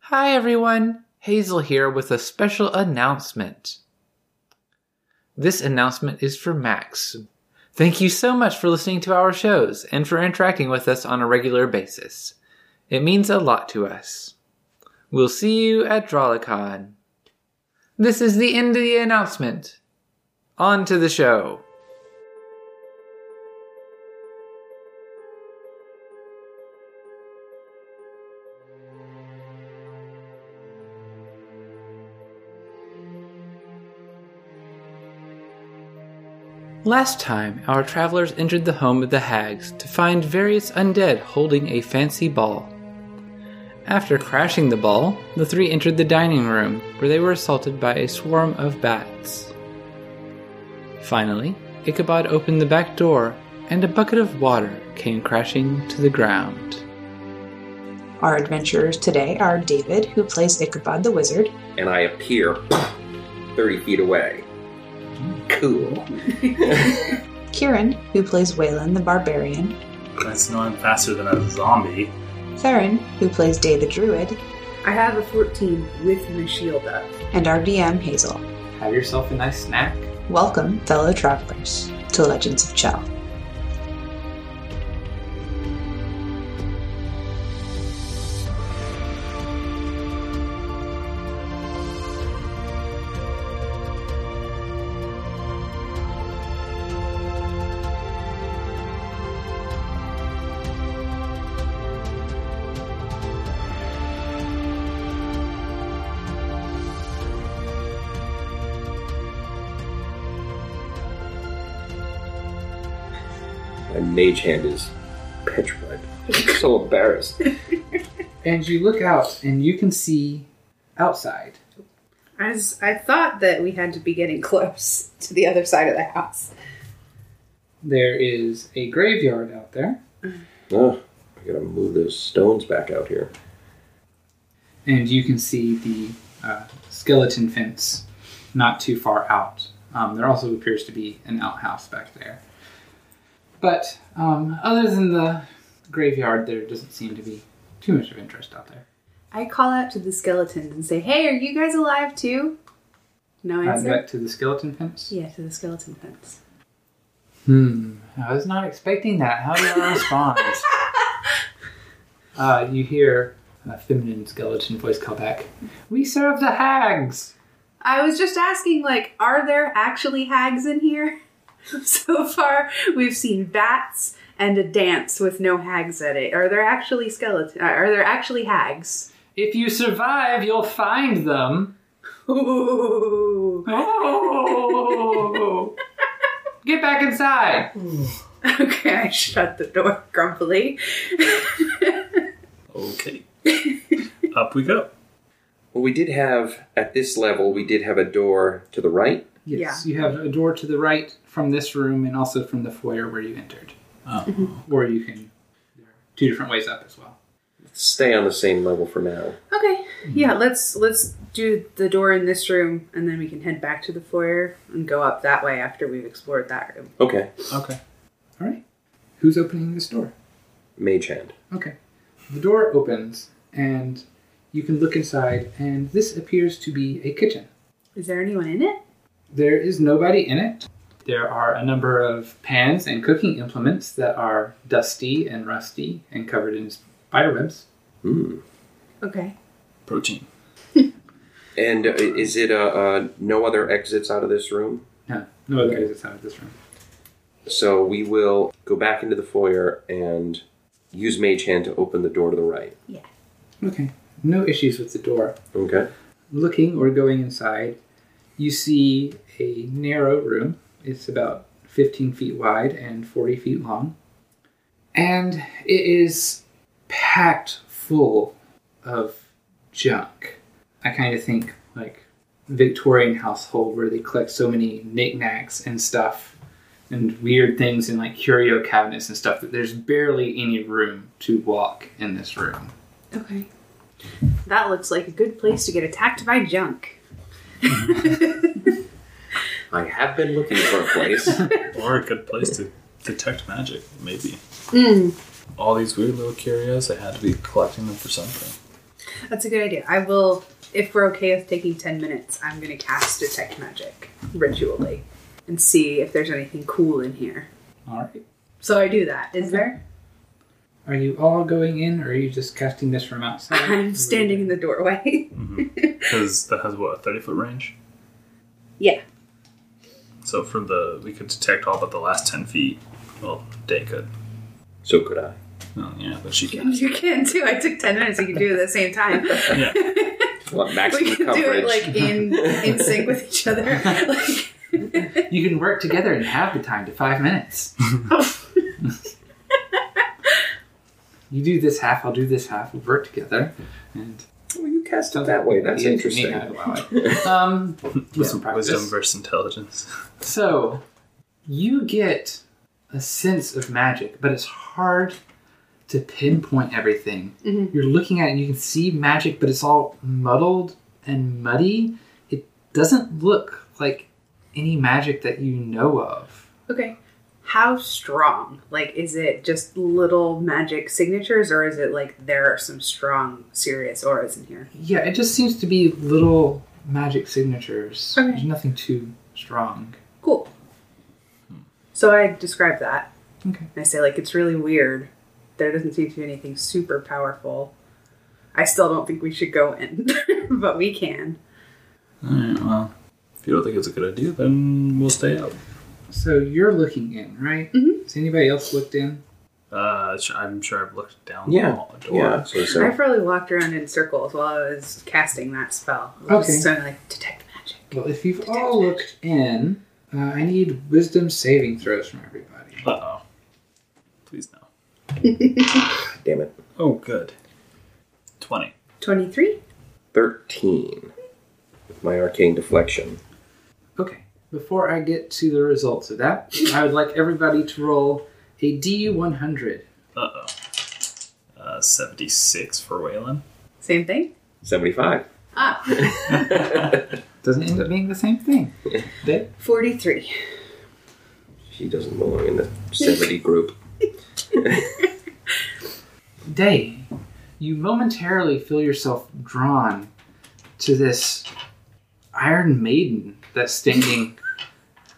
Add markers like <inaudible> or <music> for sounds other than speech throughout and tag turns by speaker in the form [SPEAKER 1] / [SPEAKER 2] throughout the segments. [SPEAKER 1] Hi, everyone. Hazel here with a special announcement. This announcement is for Max. Thank you so much for listening to our shows and for interacting with us on a regular basis. It means a lot to us. We'll see you at Drawlicon. This is the end of the announcement. On to the show. Last time, our travelers entered the home of the hags to find various undead holding a fancy ball. After crashing the ball, the three entered the dining room, where they were assaulted by a swarm of bats. Finally, Ichabod opened the back door, and a bucket of water came crashing to the ground.
[SPEAKER 2] Our adventurers today are David, who plays Ichabod the Wizard,
[SPEAKER 3] and I appear 30 feet away. Cool.
[SPEAKER 2] Kieran, who plays Waylon the Barbarian,
[SPEAKER 4] That's no, I'm faster than a zombie.
[SPEAKER 2] Theron, who plays Day the Druid,
[SPEAKER 5] I have a 14 with my shield up.
[SPEAKER 2] and our DM Hazel.
[SPEAKER 1] Have yourself a nice snack.
[SPEAKER 2] Welcome, fellow travelers, to Legends of Chell.
[SPEAKER 3] My mage hand is petrified. <laughs> so embarrassed.
[SPEAKER 1] And you look out, and you can see outside.
[SPEAKER 5] As I thought that we had to be getting close to the other side of the house.
[SPEAKER 1] There is a graveyard out there.
[SPEAKER 3] Oh, I gotta move those stones back out here.
[SPEAKER 1] and you can see the uh, skeleton fence not too far out. Um, there also appears to be an outhouse back there. But um, other than the graveyard, there doesn't seem to be too much of interest out there.
[SPEAKER 5] I call out to the skeletons and say, "Hey, are you guys alive too?" No
[SPEAKER 1] Uh,
[SPEAKER 5] answer.
[SPEAKER 1] back to the skeleton fence.
[SPEAKER 5] yeah, to the skeleton fence.
[SPEAKER 1] Hmm. I was not expecting that. How do I respond? uh, you hear a feminine skeleton voice call back. We serve the hags.
[SPEAKER 5] I was just asking, like, are there actually hags in here? <laughs> so far, we've seen bats and a dance with no hags at it. Are there actually skeleton? uh, Are there actually hags?
[SPEAKER 1] If you survive, you'll find them.
[SPEAKER 5] Ooh.
[SPEAKER 1] Oh! Get back inside.
[SPEAKER 5] <laughs> Okay, I shut the door grumpily. <laughs>
[SPEAKER 3] <laughs>
[SPEAKER 4] Okay. Up we go.
[SPEAKER 3] Well, we did have, at this level, we did have a door to the right.
[SPEAKER 1] Yes, you have a door to the right from this room and also from the foyer where you entered.
[SPEAKER 4] Oh.
[SPEAKER 1] Or you can there are two different ways up as well.
[SPEAKER 3] Stay on the same level for now.
[SPEAKER 5] Okay. Yeah, let's let's do the door in this room and then we can head back to the foyer and go up that way after we've explored that room.
[SPEAKER 3] Okay,
[SPEAKER 4] Okay.
[SPEAKER 1] All right. Who's opening this door?
[SPEAKER 3] mage hand.
[SPEAKER 1] Okay. The door opens and you can look inside and this appears to be a kitchen.
[SPEAKER 5] Is there anyone in it?
[SPEAKER 1] There is nobody in it. There are a number of pans and cooking implements that are dusty and rusty and covered in spider webs.
[SPEAKER 3] Hmm.
[SPEAKER 5] Okay.
[SPEAKER 4] Protein.
[SPEAKER 3] And uh, is it uh, uh, no other exits out of this room?
[SPEAKER 1] No, no other exits out of this room.
[SPEAKER 3] So we will go back into the foyer and use mage hand to open the door to the right.
[SPEAKER 1] Okay. No issues with the door.
[SPEAKER 3] Okay.
[SPEAKER 1] Looking or going inside, you see a narrow room. It's about 15 feet wide and 40 feet long. And it is packed full of junk. I kind of think like Victorian household where they collect so many knickknacks and stuff and weird things in like curio cabinets and stuff that there's barely any room to walk in this room.
[SPEAKER 5] Okay. That looks like a good place to get attacked by junk. <laughs>
[SPEAKER 3] I have been looking for a place.
[SPEAKER 4] Or a good place to detect magic, maybe.
[SPEAKER 5] Mm.
[SPEAKER 4] all these weird little curios. I had to be collecting them for something.
[SPEAKER 5] That's a good idea. I will, if we're okay with taking 10 minutes, I'm going to cast Detect Magic ritually and see if there's anything cool in here.
[SPEAKER 1] All right.
[SPEAKER 5] So I do that. Is there?
[SPEAKER 1] Are you all going in, or are you just casting this from outside?
[SPEAKER 5] <laughs> I'm standing in the doorway.
[SPEAKER 4] Because that has what a thirty foot range.
[SPEAKER 5] yeah.
[SPEAKER 4] So for the we could detect all but the last ten feet. Well, Day could.
[SPEAKER 3] So could I.
[SPEAKER 4] Oh, yeah, but she can.
[SPEAKER 5] <laughs> You can too. I took 10 minutes. You can do it at the same time.
[SPEAKER 4] Yeah.
[SPEAKER 3] What
[SPEAKER 5] <laughs> we
[SPEAKER 3] maximum
[SPEAKER 5] can do
[SPEAKER 3] coverage?
[SPEAKER 5] it like in, in sync with each other. Like,
[SPEAKER 1] You can work together and have the time to
[SPEAKER 3] <laughs>
[SPEAKER 1] five minutes. you do this half, I'll do this half. We'll work together. And
[SPEAKER 3] Oh, you cast it that way. That's
[SPEAKER 1] Yeah, me,
[SPEAKER 3] interesting.
[SPEAKER 1] I allow it. um,
[SPEAKER 4] <laughs>
[SPEAKER 1] with some practice.
[SPEAKER 4] Wisdom versus intelligence. <laughs>
[SPEAKER 1] So, you get a sense of magic, but it's hard to pinpoint everything. You're looking at it and you can see magic, but it's all muddled and muddy. It doesn't look like any magic that you know of.
[SPEAKER 5] okay. How strong? Like, is it just little magic signatures or is it like there are some strong, serious auras in here?
[SPEAKER 1] Yeah, it just seems to be little magic signatures.
[SPEAKER 5] Okay.
[SPEAKER 1] There's nothing too strong.
[SPEAKER 5] Cool. So I describe that.
[SPEAKER 1] Okay.
[SPEAKER 5] And I say, like, it's really weird. There doesn't seem to be anything super powerful. I still don't think we should go in, <laughs> but we can.
[SPEAKER 4] all right. Well, if you don't think it's a good idea, then we'll stay out.
[SPEAKER 1] So you're looking in, right?
[SPEAKER 5] Mhm.
[SPEAKER 1] Has anybody else looked in?
[SPEAKER 4] Uh, sh- I'm sure I've looked down the
[SPEAKER 3] Yeah.
[SPEAKER 4] hall
[SPEAKER 3] <laughs>
[SPEAKER 4] door.
[SPEAKER 3] Yeah. So,
[SPEAKER 5] I
[SPEAKER 3] so.
[SPEAKER 5] probably walked around in circles while I was casting that spell. I was
[SPEAKER 1] Okay.
[SPEAKER 5] Just trying to, like, detect magic.
[SPEAKER 1] Well, if you've all looked in, uh, I need wisdom saving throws from everybody.
[SPEAKER 4] Uh oh. Please no.
[SPEAKER 3] Damn it.
[SPEAKER 4] Oh, good. Twenty.
[SPEAKER 5] 23?
[SPEAKER 3] 13 with my arcane deflection.
[SPEAKER 1] Okay. Before I get to the results of <coughs> that, I would like everybody to roll a D100.
[SPEAKER 4] Uh oh. Uh, seventy six for Waylon. <laughs>
[SPEAKER 5] Same thing?
[SPEAKER 3] 75.
[SPEAKER 5] Ah,
[SPEAKER 3] <laughs>
[SPEAKER 1] Doesn't end up being the same thing. They-
[SPEAKER 5] 43.
[SPEAKER 3] She doesn't belong in the
[SPEAKER 5] <laughs>
[SPEAKER 3] 70 group.
[SPEAKER 1] day, you momentarily feel yourself drawn to this Iron Maiden that's <coughs> standing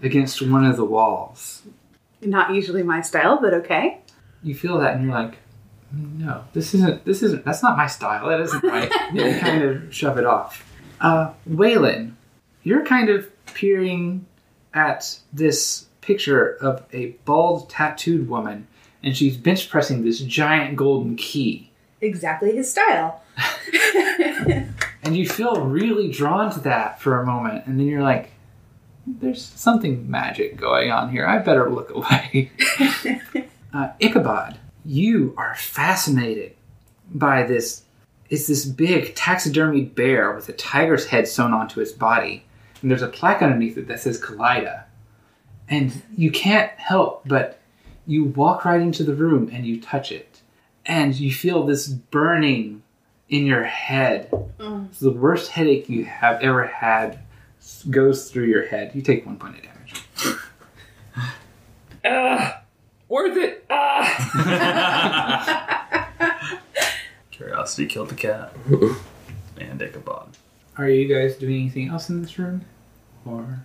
[SPEAKER 1] against one of the walls.
[SPEAKER 5] Not usually my style, but okay.
[SPEAKER 1] You feel that, and you're like, "No, this isn't. This isn't. That's not my style. That isn't right." And you kind of shove it off. Uh, Waylon, you're kind of peering at this picture of a bald, tattooed woman, and she's bench pressing this giant golden key.
[SPEAKER 5] Exactly his style. <laughs>
[SPEAKER 1] And you feel really drawn to that for a moment, and then you're like, there's something magic going on here. I better look <laughs> away. uh, Ichabod, you are fascinated by this. It's this big taxidermied bear with a tiger's head sewn onto its body, and there's a plaque underneath it that says Kaleida. And you can't help but you walk right into the room and you touch it, and you feel this burning in your head. It's the worst headache you have ever had goes through your head. You take one point of damage.
[SPEAKER 3] Worth it! Ah!
[SPEAKER 4] Curiosity killed the cat. and Ichabod.
[SPEAKER 1] Are you guys doing anything else in this room? Or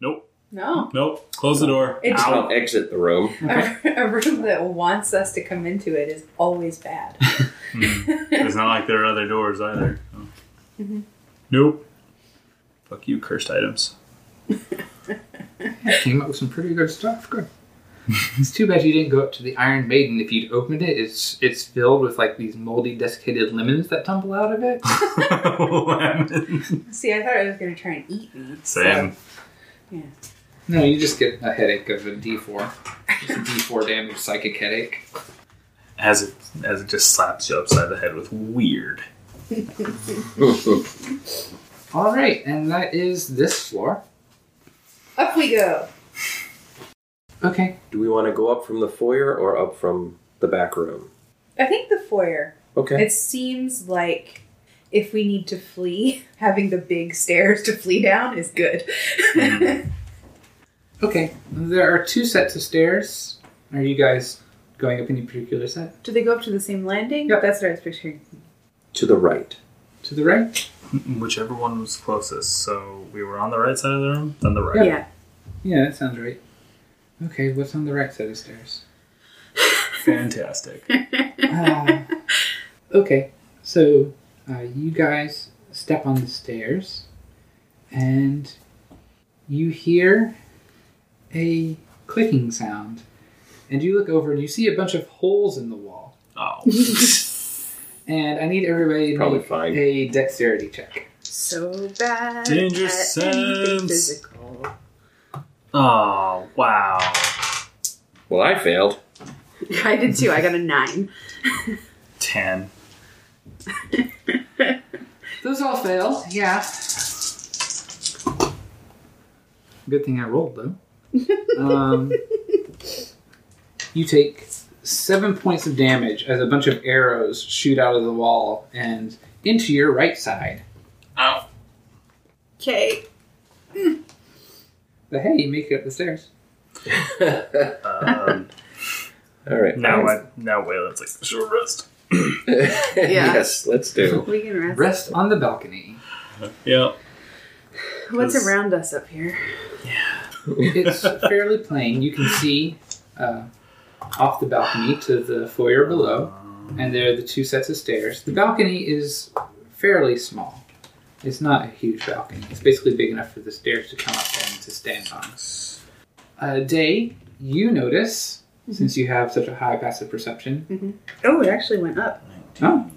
[SPEAKER 4] Nope.
[SPEAKER 5] No.
[SPEAKER 4] Nope. Close the door.
[SPEAKER 5] It's-
[SPEAKER 3] I'll
[SPEAKER 4] Out.
[SPEAKER 3] exit the room.
[SPEAKER 5] A, a room that wants us to come into it is always bad.
[SPEAKER 4] <laughs>
[SPEAKER 5] <laughs>
[SPEAKER 4] It's not like there are other doors either. so. Nope. Fuck you, cursed <laughs> items.
[SPEAKER 1] yeah, came up with some pretty good stuff. Good. it's too bad you didn't go up to the Iron Maiden. If you'd opened it, it's it's filled with like these moldy, desiccated lemons that tumble out of it.
[SPEAKER 4] Lemon.
[SPEAKER 5] See, I thought it was going to try and eat me. so-
[SPEAKER 4] Same.
[SPEAKER 1] No, you just get a headache of a D four. Just a D four damage psychic headache.
[SPEAKER 4] As it as it just slaps you upside the head with weird.
[SPEAKER 1] All right, and that is this floor.
[SPEAKER 5] Up we go.
[SPEAKER 1] Okay.
[SPEAKER 3] Do we want to go up from the foyer or up from the back room?
[SPEAKER 5] I think the foyer.
[SPEAKER 3] Okay.
[SPEAKER 5] It seems like if we need to flee, <laughs> having the big stairs to flee down is good.
[SPEAKER 1] Mm. Okay. There are two sets of stairs. Are you guys going up any particular set?
[SPEAKER 5] <laughs> Do they go up to the same landing?
[SPEAKER 1] Yep.
[SPEAKER 5] That's what I was picturing.
[SPEAKER 3] To the right.
[SPEAKER 1] To the right?
[SPEAKER 4] Whichever one was closest. So we were on the right side of the room, then the right.
[SPEAKER 5] Yeah.
[SPEAKER 1] Yeah, that sounds right. Okay, what's on the right side of stairs?
[SPEAKER 4] Fantastic.
[SPEAKER 1] Ah. okay, so uh, you guys step on the stairs and you hear a clicking sound. And you look over and you see a bunch of holes in the wall.
[SPEAKER 4] Oh. <laughs>
[SPEAKER 1] And I need everybody to
[SPEAKER 3] Probably
[SPEAKER 1] make
[SPEAKER 3] fine.
[SPEAKER 1] a dexterity check.
[SPEAKER 5] <laughs> So bad.
[SPEAKER 4] Danger
[SPEAKER 5] at
[SPEAKER 4] sense.
[SPEAKER 5] anything physical. <laughs>
[SPEAKER 4] Oh, wow.
[SPEAKER 3] Well, I <laughs> failed.
[SPEAKER 5] I did too. I got a nine. <laughs>
[SPEAKER 4] 10.
[SPEAKER 1] Those all fail, yeah. Good thing I rolled, though. um, <laughs> you take seven points of damage as a bunch of arrows shoot out of the wall and into your right side.
[SPEAKER 5] Okay.
[SPEAKER 1] But hey, you make it up the stairs.
[SPEAKER 4] Um,
[SPEAKER 3] All right.
[SPEAKER 4] now, I, now Wayland's like, short rest.
[SPEAKER 3] <laughs> yes, let's
[SPEAKER 5] <laughs>
[SPEAKER 3] do.
[SPEAKER 5] We can rest.
[SPEAKER 1] Rest on the balcony.
[SPEAKER 4] Yep.
[SPEAKER 5] What's
[SPEAKER 4] Cause-
[SPEAKER 5] around us up here?
[SPEAKER 1] <laughs> It's fairly plain. You can see uh, off the balcony to the foyer below, and there are the two sets of stairs. The balcony is fairly small. It's not a huge balcony. It's basically big enough for the stairs to come up and to stand on. Uh, Day, you notice, since you have such a high passive perception,
[SPEAKER 5] Oh, it actually went up.
[SPEAKER 1] oh,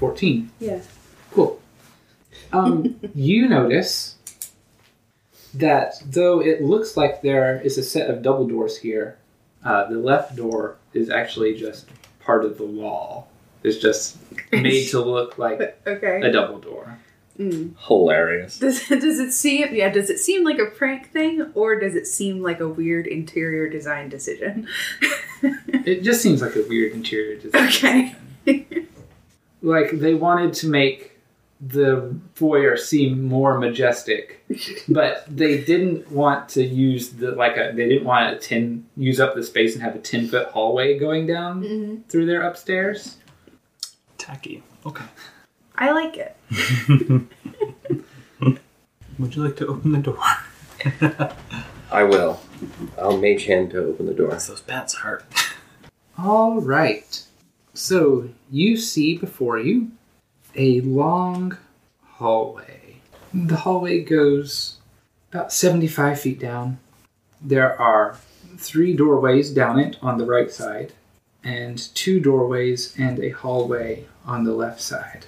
[SPEAKER 1] 14.
[SPEAKER 5] Yeah.
[SPEAKER 1] Cool.
[SPEAKER 5] <laughs>
[SPEAKER 1] Um, you notice that though it looks like there is a set of double doors here, uh, the left door is actually just part of the wall. It's
[SPEAKER 5] <laughs>
[SPEAKER 1] just made to look like a
[SPEAKER 5] Okay. Hmm.
[SPEAKER 1] double door.
[SPEAKER 3] Hilarious.
[SPEAKER 5] Does <laughs> does it seem yeah, does it seem like a prank thing or does it seem like a weird interior design decision? <laughs>
[SPEAKER 1] It just seems like a weird interior design.
[SPEAKER 5] Okay.
[SPEAKER 1] Like they wanted to make the foyer seem more majestic, but they didn't want to use the like a they didn't want to ten use up the space and have a ten foot hallway going down through their upstairs.
[SPEAKER 4] Tacky. Okay.
[SPEAKER 5] I like it.
[SPEAKER 4] Would you like to open the door?
[SPEAKER 3] I will. I'll mage hand to open the door.
[SPEAKER 4] Those bats hurt.
[SPEAKER 1] All right. So you see before you a long hallway. The hallway goes about 75 feet down. There are three doorways down it on the right side, and two doorways and a hallway on the left side.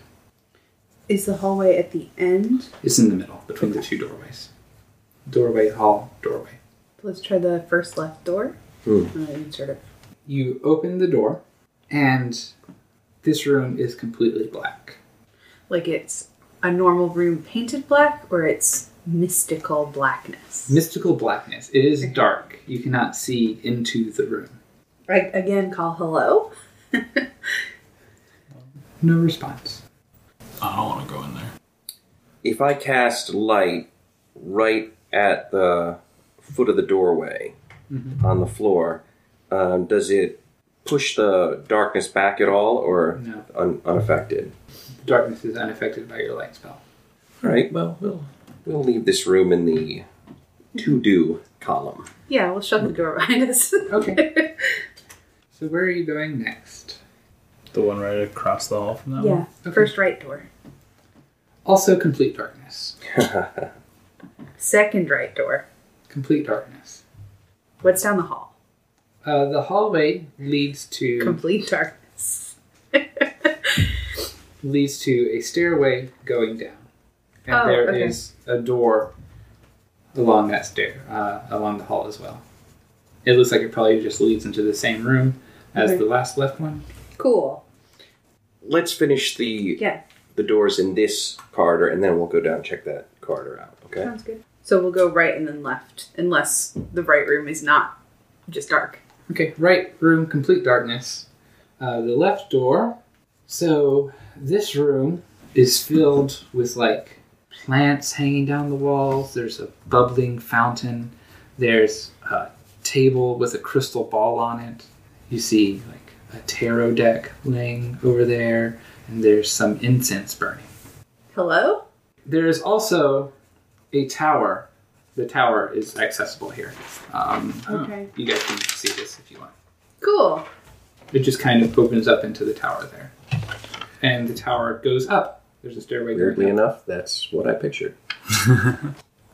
[SPEAKER 5] Is the hallway at the end?
[SPEAKER 1] It's in the middle between the two doorways. Doorway, hall, doorway.
[SPEAKER 5] Let's try the first left door.
[SPEAKER 3] Hmm.
[SPEAKER 5] Uh, sort of.
[SPEAKER 1] You open the door, and this room is completely black.
[SPEAKER 5] Like it's a normal room painted black or it's mystical blackness.
[SPEAKER 1] mystical blackness. It is dark. You cannot see into the room.
[SPEAKER 5] I again call hello. <laughs>
[SPEAKER 1] No response.
[SPEAKER 4] I don't want to go in there.
[SPEAKER 3] If I cast light right at the foot of the doorway on the floor, um, does it push the darkness back at all or
[SPEAKER 1] No.
[SPEAKER 3] un- unaffected?
[SPEAKER 1] Darkness is unaffected by your light spell.
[SPEAKER 3] All right, Hmm. well, we'll, we'll leave this room in the to do column.
[SPEAKER 5] Yeah, we'll shut the door behind us.
[SPEAKER 1] Okay. so where are you going next?
[SPEAKER 4] The one right across the hall from that
[SPEAKER 5] <laughs> yeah.
[SPEAKER 4] one?
[SPEAKER 5] First right door.
[SPEAKER 1] Also complete darkness.
[SPEAKER 5] Second right door.
[SPEAKER 1] Complete darkness.
[SPEAKER 5] What's down the hall?
[SPEAKER 1] Uh, the hallway leads to
[SPEAKER 5] Complete darkness. <laughs>
[SPEAKER 1] leads to a stairway going down, and
[SPEAKER 5] Oh,
[SPEAKER 1] there is
[SPEAKER 5] okay.
[SPEAKER 1] a door along that stair, uh, along the hall as well. It looks like it probably just leads into the same room as
[SPEAKER 5] Okay.
[SPEAKER 1] the last left one.
[SPEAKER 5] Cool.
[SPEAKER 3] Let's finish the
[SPEAKER 5] Yeah,
[SPEAKER 3] the doors in this corridor, and then we'll go down and check that corridor out. Okay.
[SPEAKER 5] sounds good. So we'll go right and then left, unless the right room is not just dark.
[SPEAKER 1] Okay, right room, complete darkness. Uh, the left door. So this room is filled with like plants hanging down the walls. There's a bubbling fountain. There's a table with a crystal ball on it. You see like a tarot deck laying over there, and there's some incense burning.
[SPEAKER 5] Hello?
[SPEAKER 1] There is also a tower. The tower is accessible here. Um,
[SPEAKER 5] Okay.
[SPEAKER 1] You guys can see this if you want.
[SPEAKER 5] Cool.
[SPEAKER 1] It just kind of opens up into the tower there, and the tower goes up. There's a stairway. going
[SPEAKER 3] Weirdly
[SPEAKER 1] up.
[SPEAKER 3] enough, that's what I pictured.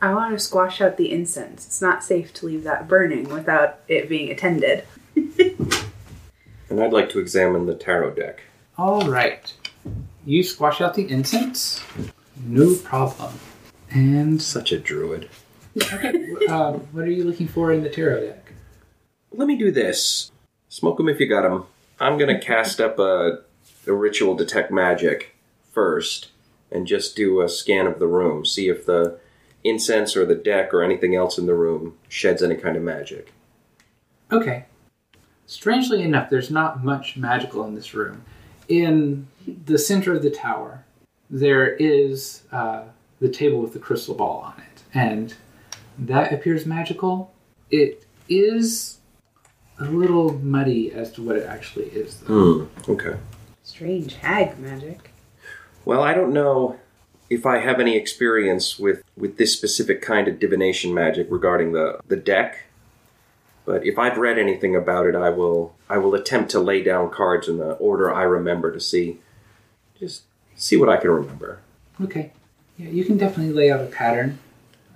[SPEAKER 5] I want to squash out the incense. It's not safe to leave that burning without it being attended.
[SPEAKER 3] And I'd like to examine the tarot deck.
[SPEAKER 1] All right. You squash out the incense. No problem. And <laughs>
[SPEAKER 3] Such a druid.
[SPEAKER 1] uh, what are you looking for in the tarot deck?
[SPEAKER 3] Let me do this. Smoke 'em if you got 'em. I'm gonna cast up a, a ritual detect magic first, and just do a scan of the room, see if the incense or the deck or anything else in the room sheds any kind of magic.
[SPEAKER 1] Okay. Strangely enough, there's not much magical in this room. In the center of the tower, there is uh, the table with the crystal ball on it, and that appears magical. It is a little muddy as to what it actually is, though.
[SPEAKER 3] Hmm. Okay.
[SPEAKER 5] Strange hag magic. <laughs>
[SPEAKER 3] Well, I don't know if I have any experience with, with this specific kind of divination magic regarding the, the deck. But if I've read anything about it, I will I will attempt to lay down cards in the order I remember to see just see what I can remember.
[SPEAKER 1] Okay. Yeah, you can definitely lay out a pattern.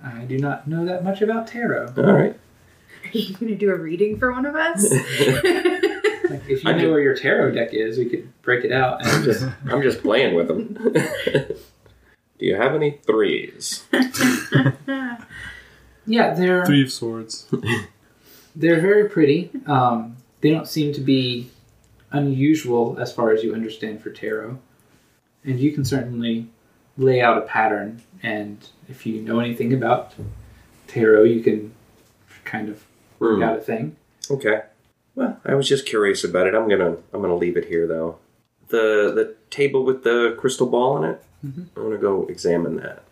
[SPEAKER 1] I do not know that much about tarot.
[SPEAKER 3] All right.
[SPEAKER 5] Are you going to do a reading for one of us? <laughs>
[SPEAKER 1] Like, if you
[SPEAKER 3] I
[SPEAKER 1] know
[SPEAKER 3] do.
[SPEAKER 1] where your tarot deck is, we could break it
[SPEAKER 4] <laughs>
[SPEAKER 1] out. And just
[SPEAKER 3] I'm just playing with them. <laughs> Do you have any threes?
[SPEAKER 5] Ah,
[SPEAKER 1] yeah, they're
[SPEAKER 4] Three of Swords.
[SPEAKER 1] they're very pretty. Um, they don't seem to be unusual as far as you understand for tarot, and you can certainly lay out a pattern. And if you know anything about tarot, you can kind of work
[SPEAKER 3] Hmm.
[SPEAKER 1] out a thing.
[SPEAKER 3] Okay. Well, I was just curious about it. I'm gonna I'm gonna leave it here though. The the table with the crystal ball on it. I'm gonna go examine that.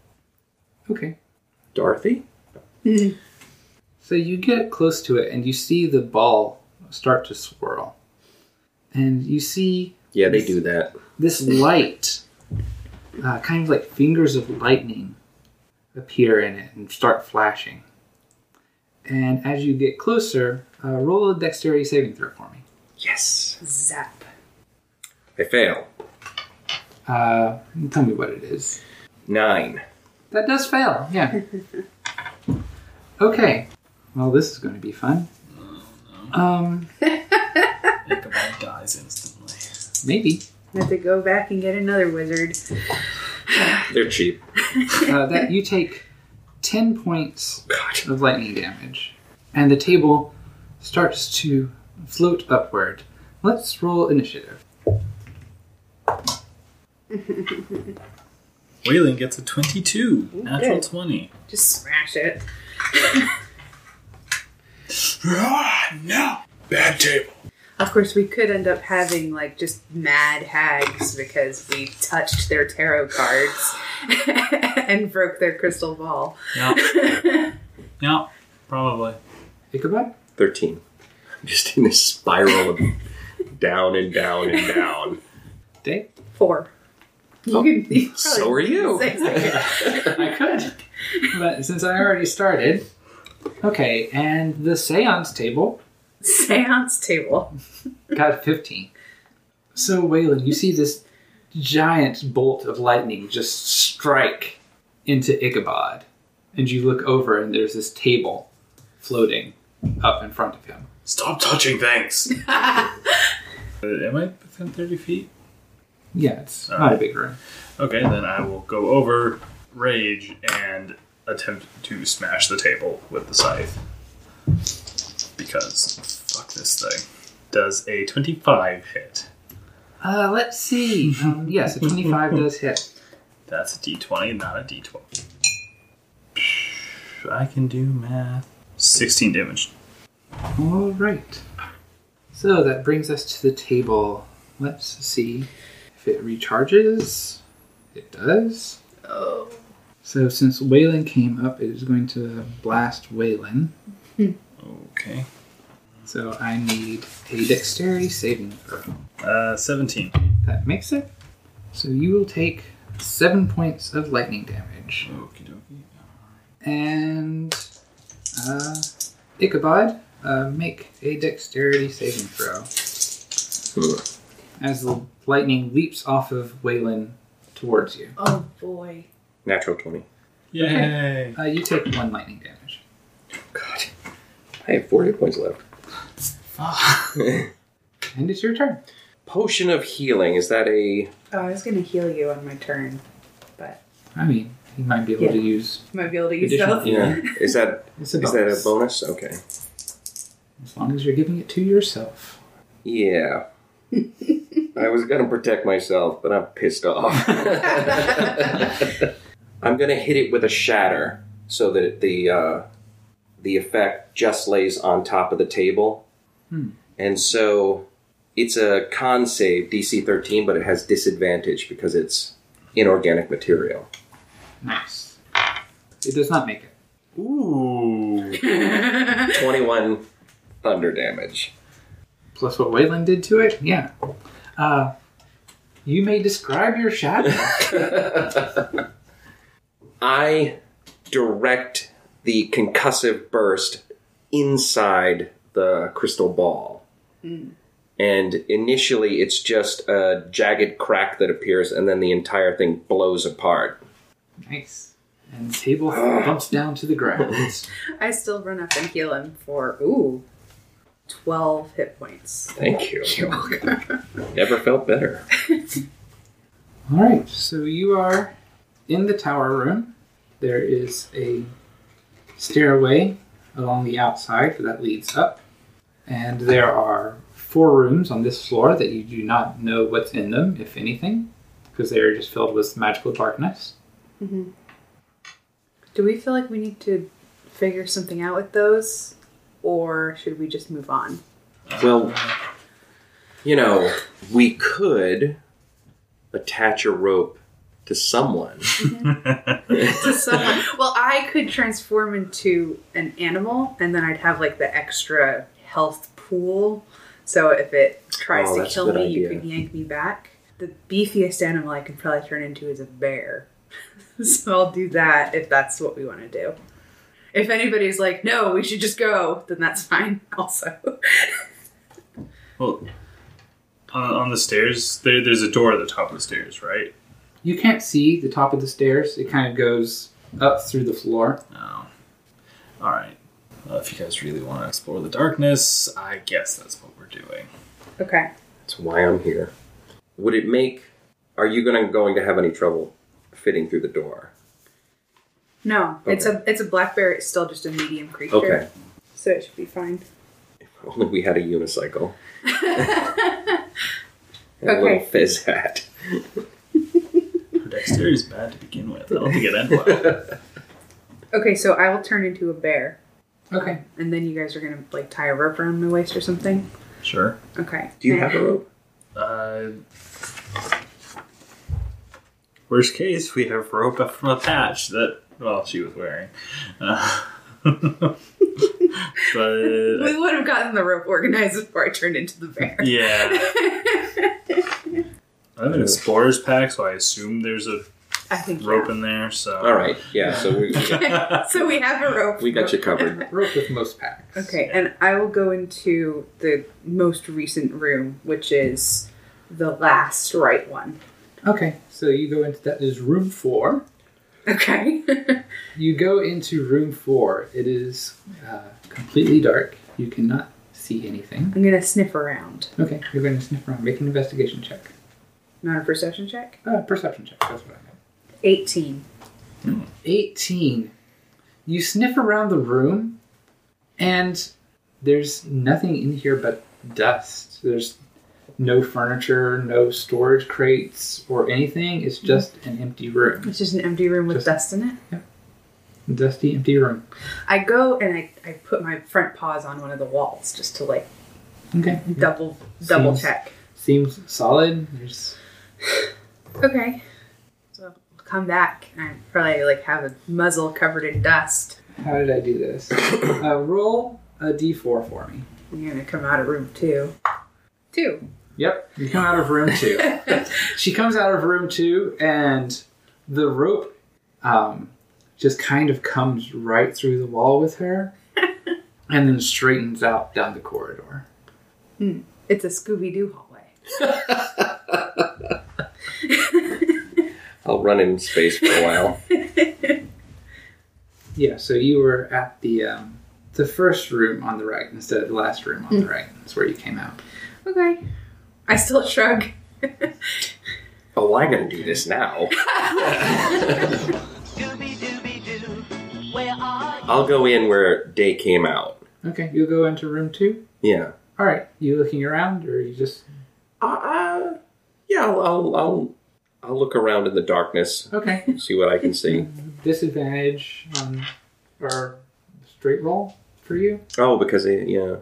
[SPEAKER 1] Okay.
[SPEAKER 3] Dorothy.
[SPEAKER 1] So you get close to it and you see the ball start to swirl. And you see
[SPEAKER 3] Yeah, they do that.
[SPEAKER 1] this light, uh, kind of like fingers of lightning, appear in it and start flashing. And as you get closer, uh, roll a dexterity saving throw for me.
[SPEAKER 3] Yes.
[SPEAKER 5] Zap.
[SPEAKER 3] I fail.
[SPEAKER 1] Uh, tell me what it is.
[SPEAKER 3] Nine.
[SPEAKER 1] That does fail, yeah. okay. Well, this is going to be fun. Um,
[SPEAKER 4] Ichabod dies instantly.
[SPEAKER 1] maybe.
[SPEAKER 5] I have to go back and get another wizard.
[SPEAKER 3] They're cheap.
[SPEAKER 1] uh, <laughs> that you take 10 points of lightning damage, and the table starts to float upward. Let's roll initiative.
[SPEAKER 4] Wayland gets a 22. Natural
[SPEAKER 5] good.
[SPEAKER 4] 20.
[SPEAKER 5] Just smash it.
[SPEAKER 4] Ah, no! Bad table.
[SPEAKER 5] Of course, we could end up having like just mad hags because we touched their tarot cards <laughs> and broke their crystal ball. <laughs>
[SPEAKER 4] Yeah. yeah, probably.
[SPEAKER 1] Ichabod?
[SPEAKER 3] Thirteen. <laughs> I'm just in this spiral of down and down and
[SPEAKER 1] <laughs>
[SPEAKER 3] down.
[SPEAKER 1] Dave?
[SPEAKER 5] Four. You could you could
[SPEAKER 3] So are
[SPEAKER 5] probably
[SPEAKER 3] you.
[SPEAKER 5] say something.
[SPEAKER 1] I could, but since I already started. Okay, and the seance table
[SPEAKER 5] Seance table.
[SPEAKER 1] got 15. So, Waylon, you see this giant bolt of lightning just strike into Ichabod, and you look over, and there's this table floating up in front of him.
[SPEAKER 4] Stop touching things! Uh, Am I within 30 feet?
[SPEAKER 1] Yeah, it's
[SPEAKER 4] All
[SPEAKER 1] not a
[SPEAKER 4] right.
[SPEAKER 1] big room.
[SPEAKER 4] Okay, then I will go over, rage, and attempt to smash the table with the scythe. Because fuck this thing. Does a 25 hit?
[SPEAKER 1] Uh, let's see. Um, yes, a 25 does hit.
[SPEAKER 4] That's a d20, not a d12. I can do math. 16 damage.
[SPEAKER 1] All right. So that brings us to the table. Let's see if it recharges. It does.
[SPEAKER 5] Oh.
[SPEAKER 1] So since Waylon came up, it is going to blast Waylon.
[SPEAKER 4] Okay.
[SPEAKER 1] So I need a dexterity saving throw.
[SPEAKER 4] Uh, 17.
[SPEAKER 1] That makes it. So you will take seven points of lightning damage.
[SPEAKER 4] Okie dokie.
[SPEAKER 1] And uh, Ichabod, uh, make a dexterity saving throw. As the lightning leaps off of Waylon towards you,
[SPEAKER 5] Oh boy.
[SPEAKER 3] <laughs> Natural 20.
[SPEAKER 4] Yay!
[SPEAKER 1] uh, you take one lightning damage.
[SPEAKER 3] God. I have 40 points left.
[SPEAKER 1] And it's your turn.
[SPEAKER 3] <laughs> Potion of healing. Is that a.
[SPEAKER 5] Oh, I was gonna heal you on my turn, but
[SPEAKER 1] I mean, you might be able to use.
[SPEAKER 5] might be able to use
[SPEAKER 1] Additional-
[SPEAKER 5] both.
[SPEAKER 3] Yeah. Is that.
[SPEAKER 1] It's a
[SPEAKER 3] Is that a
[SPEAKER 1] bonus.
[SPEAKER 3] bonus? Okay.
[SPEAKER 1] As long as you're giving it to yourself.
[SPEAKER 3] Yeah. I was gonna protect myself, but I'm pissed off. I'm gonna hit it with a shatter so that it, the uh, the effect just lays on top of the table, and so it's a con save DC 13, but it has disadvantage because it's inorganic material.
[SPEAKER 1] Nice. It does not make it.
[SPEAKER 4] Ooh. <laughs>
[SPEAKER 3] 21 thunder damage.
[SPEAKER 1] plus what Wayland did to it. Yeah. Uh, you may describe your shadow.
[SPEAKER 3] <laughs> I direct the concussive burst inside the crystal ball. And initially, it's just a jagged crack that appears, and then the entire thing blows apart.
[SPEAKER 1] nice. And
[SPEAKER 3] <gasps>
[SPEAKER 1] table bumps down to the ground.
[SPEAKER 5] <laughs> I still run up and heal him for ooh, twelve hit <laughs> points.
[SPEAKER 3] Thank you. Never felt better.
[SPEAKER 1] All right. So you are in the tower room. There is a stairway along the outside that leads up, and there are four rooms on this floor that you do not know what's in them, if anything, because they are just filled with magical darkness.
[SPEAKER 5] Do we feel like we need to figure something out with those, or should we just move on?
[SPEAKER 3] Well, you know, we could attach a rope to someone.
[SPEAKER 5] <laughs> To someone.
[SPEAKER 3] Uh-huh.
[SPEAKER 5] well, I could transform into an animal, and then I'd have like the extra health pool. So if it tries
[SPEAKER 3] Oh,
[SPEAKER 5] to
[SPEAKER 3] that's a
[SPEAKER 5] kill
[SPEAKER 3] good
[SPEAKER 5] me, you
[SPEAKER 3] idea.
[SPEAKER 5] could yank me back. The beefiest animal I could probably turn into is a bear. <laughs> so I'll do that if that's what we want to do. If anybody's like, no, we should just go, then that's fine <laughs> also.
[SPEAKER 4] Well, on, on the stairs, there, there's a door at the top of the stairs, right?
[SPEAKER 1] You can't see the top of the stairs. It kind of goes up through the floor.
[SPEAKER 4] No. Oh. All right. Uh, if you guys really want to explore the darkness, I guess that's what we're doing.
[SPEAKER 5] okay.
[SPEAKER 3] That's why I'm here. Would it make? Are you gonna going to have any trouble fitting through the door? <laughs>
[SPEAKER 5] No, it's a it's a black bear. It's still just a medium creature.
[SPEAKER 3] Okay.
[SPEAKER 5] So it should
[SPEAKER 3] <laughs>
[SPEAKER 5] be fine.
[SPEAKER 3] If only we had a unicycle. and A little
[SPEAKER 5] Okay.
[SPEAKER 3] fizz hat. <laughs>
[SPEAKER 4] Her dexterity is bad to begin with. I don't think it ended
[SPEAKER 3] <laughs>
[SPEAKER 4] well.
[SPEAKER 5] Okay, so I will turn into a bear, Um,
[SPEAKER 1] Okay.
[SPEAKER 5] and then you guys are gonna like tie a rope around my waist or something.
[SPEAKER 4] Sure.
[SPEAKER 5] Okay.
[SPEAKER 3] Do you have a rope?
[SPEAKER 4] Uh, worst case, we have rope up from a patch that, well, she was wearing. Uh, <laughs> but,
[SPEAKER 5] <laughs> We would have gotten the rope organized before I turned into the bear.
[SPEAKER 4] yeah. I have an explorer's pack, so I assume there's a
[SPEAKER 5] <laughs> I think. yeah.
[SPEAKER 4] rope in there, so.
[SPEAKER 3] All right. Yeah. So we we got,
[SPEAKER 5] so we have a rope.
[SPEAKER 3] we got you covered.
[SPEAKER 1] Rope with most packs.
[SPEAKER 5] Okay, and I will go into the most recent room, which is the last right one.
[SPEAKER 1] Okay. So you go into that is room four.
[SPEAKER 5] Okay. <laughs>
[SPEAKER 1] You go into room four. It is uh, completely dark. You cannot see anything.
[SPEAKER 5] I'm gonna sniff around.
[SPEAKER 1] Okay. You're going to sniff around. Make an investigation check.
[SPEAKER 5] Not a perception check.
[SPEAKER 1] Uh, perception check. That's what I meant.
[SPEAKER 5] Eighteen.
[SPEAKER 1] 18. You sniff around the room, and there's nothing in here but dust. There's no furniture, no storage crates, or anything. It's just an empty room.
[SPEAKER 5] It's just an empty room with
[SPEAKER 1] Just-
[SPEAKER 5] dust in it.
[SPEAKER 1] Dusty, empty room.
[SPEAKER 5] I go and I, I put my front paws on one of the walls just to like
[SPEAKER 1] Okay.
[SPEAKER 5] double double
[SPEAKER 1] Seems-
[SPEAKER 5] check.
[SPEAKER 1] Seems solid. There's
[SPEAKER 5] Okay. So I'll come back and I probably like have a muzzle covered in dust.
[SPEAKER 1] <coughs> how did I do this? uh, roll a d4 for me.
[SPEAKER 5] You're gonna come out of room two. Two.
[SPEAKER 1] Yep, you come out of room two. she comes out of room two, and the rope um, just kind of comes right through the wall with her and then straightens out down the corridor.
[SPEAKER 5] It's a Scooby Doo hallway.
[SPEAKER 3] I'll run in space for a while.
[SPEAKER 1] Yeah, so you were at the um, the first room on the right instead of the last room on the right. That's where you came out.
[SPEAKER 5] Okay. I still shrug.
[SPEAKER 3] Oh, I'm gonna do this now. I'll go in where day came out.
[SPEAKER 1] Okay, you'll go into room two.
[SPEAKER 3] Yeah.
[SPEAKER 1] All right, you looking around, or you just
[SPEAKER 3] Uh, uh yeah. I'll, I'll I'll I'll look around in the darkness,
[SPEAKER 1] okay?
[SPEAKER 3] see what I can see.
[SPEAKER 1] Disadvantage on our straight roll for you.
[SPEAKER 3] Oh, because it, yeah.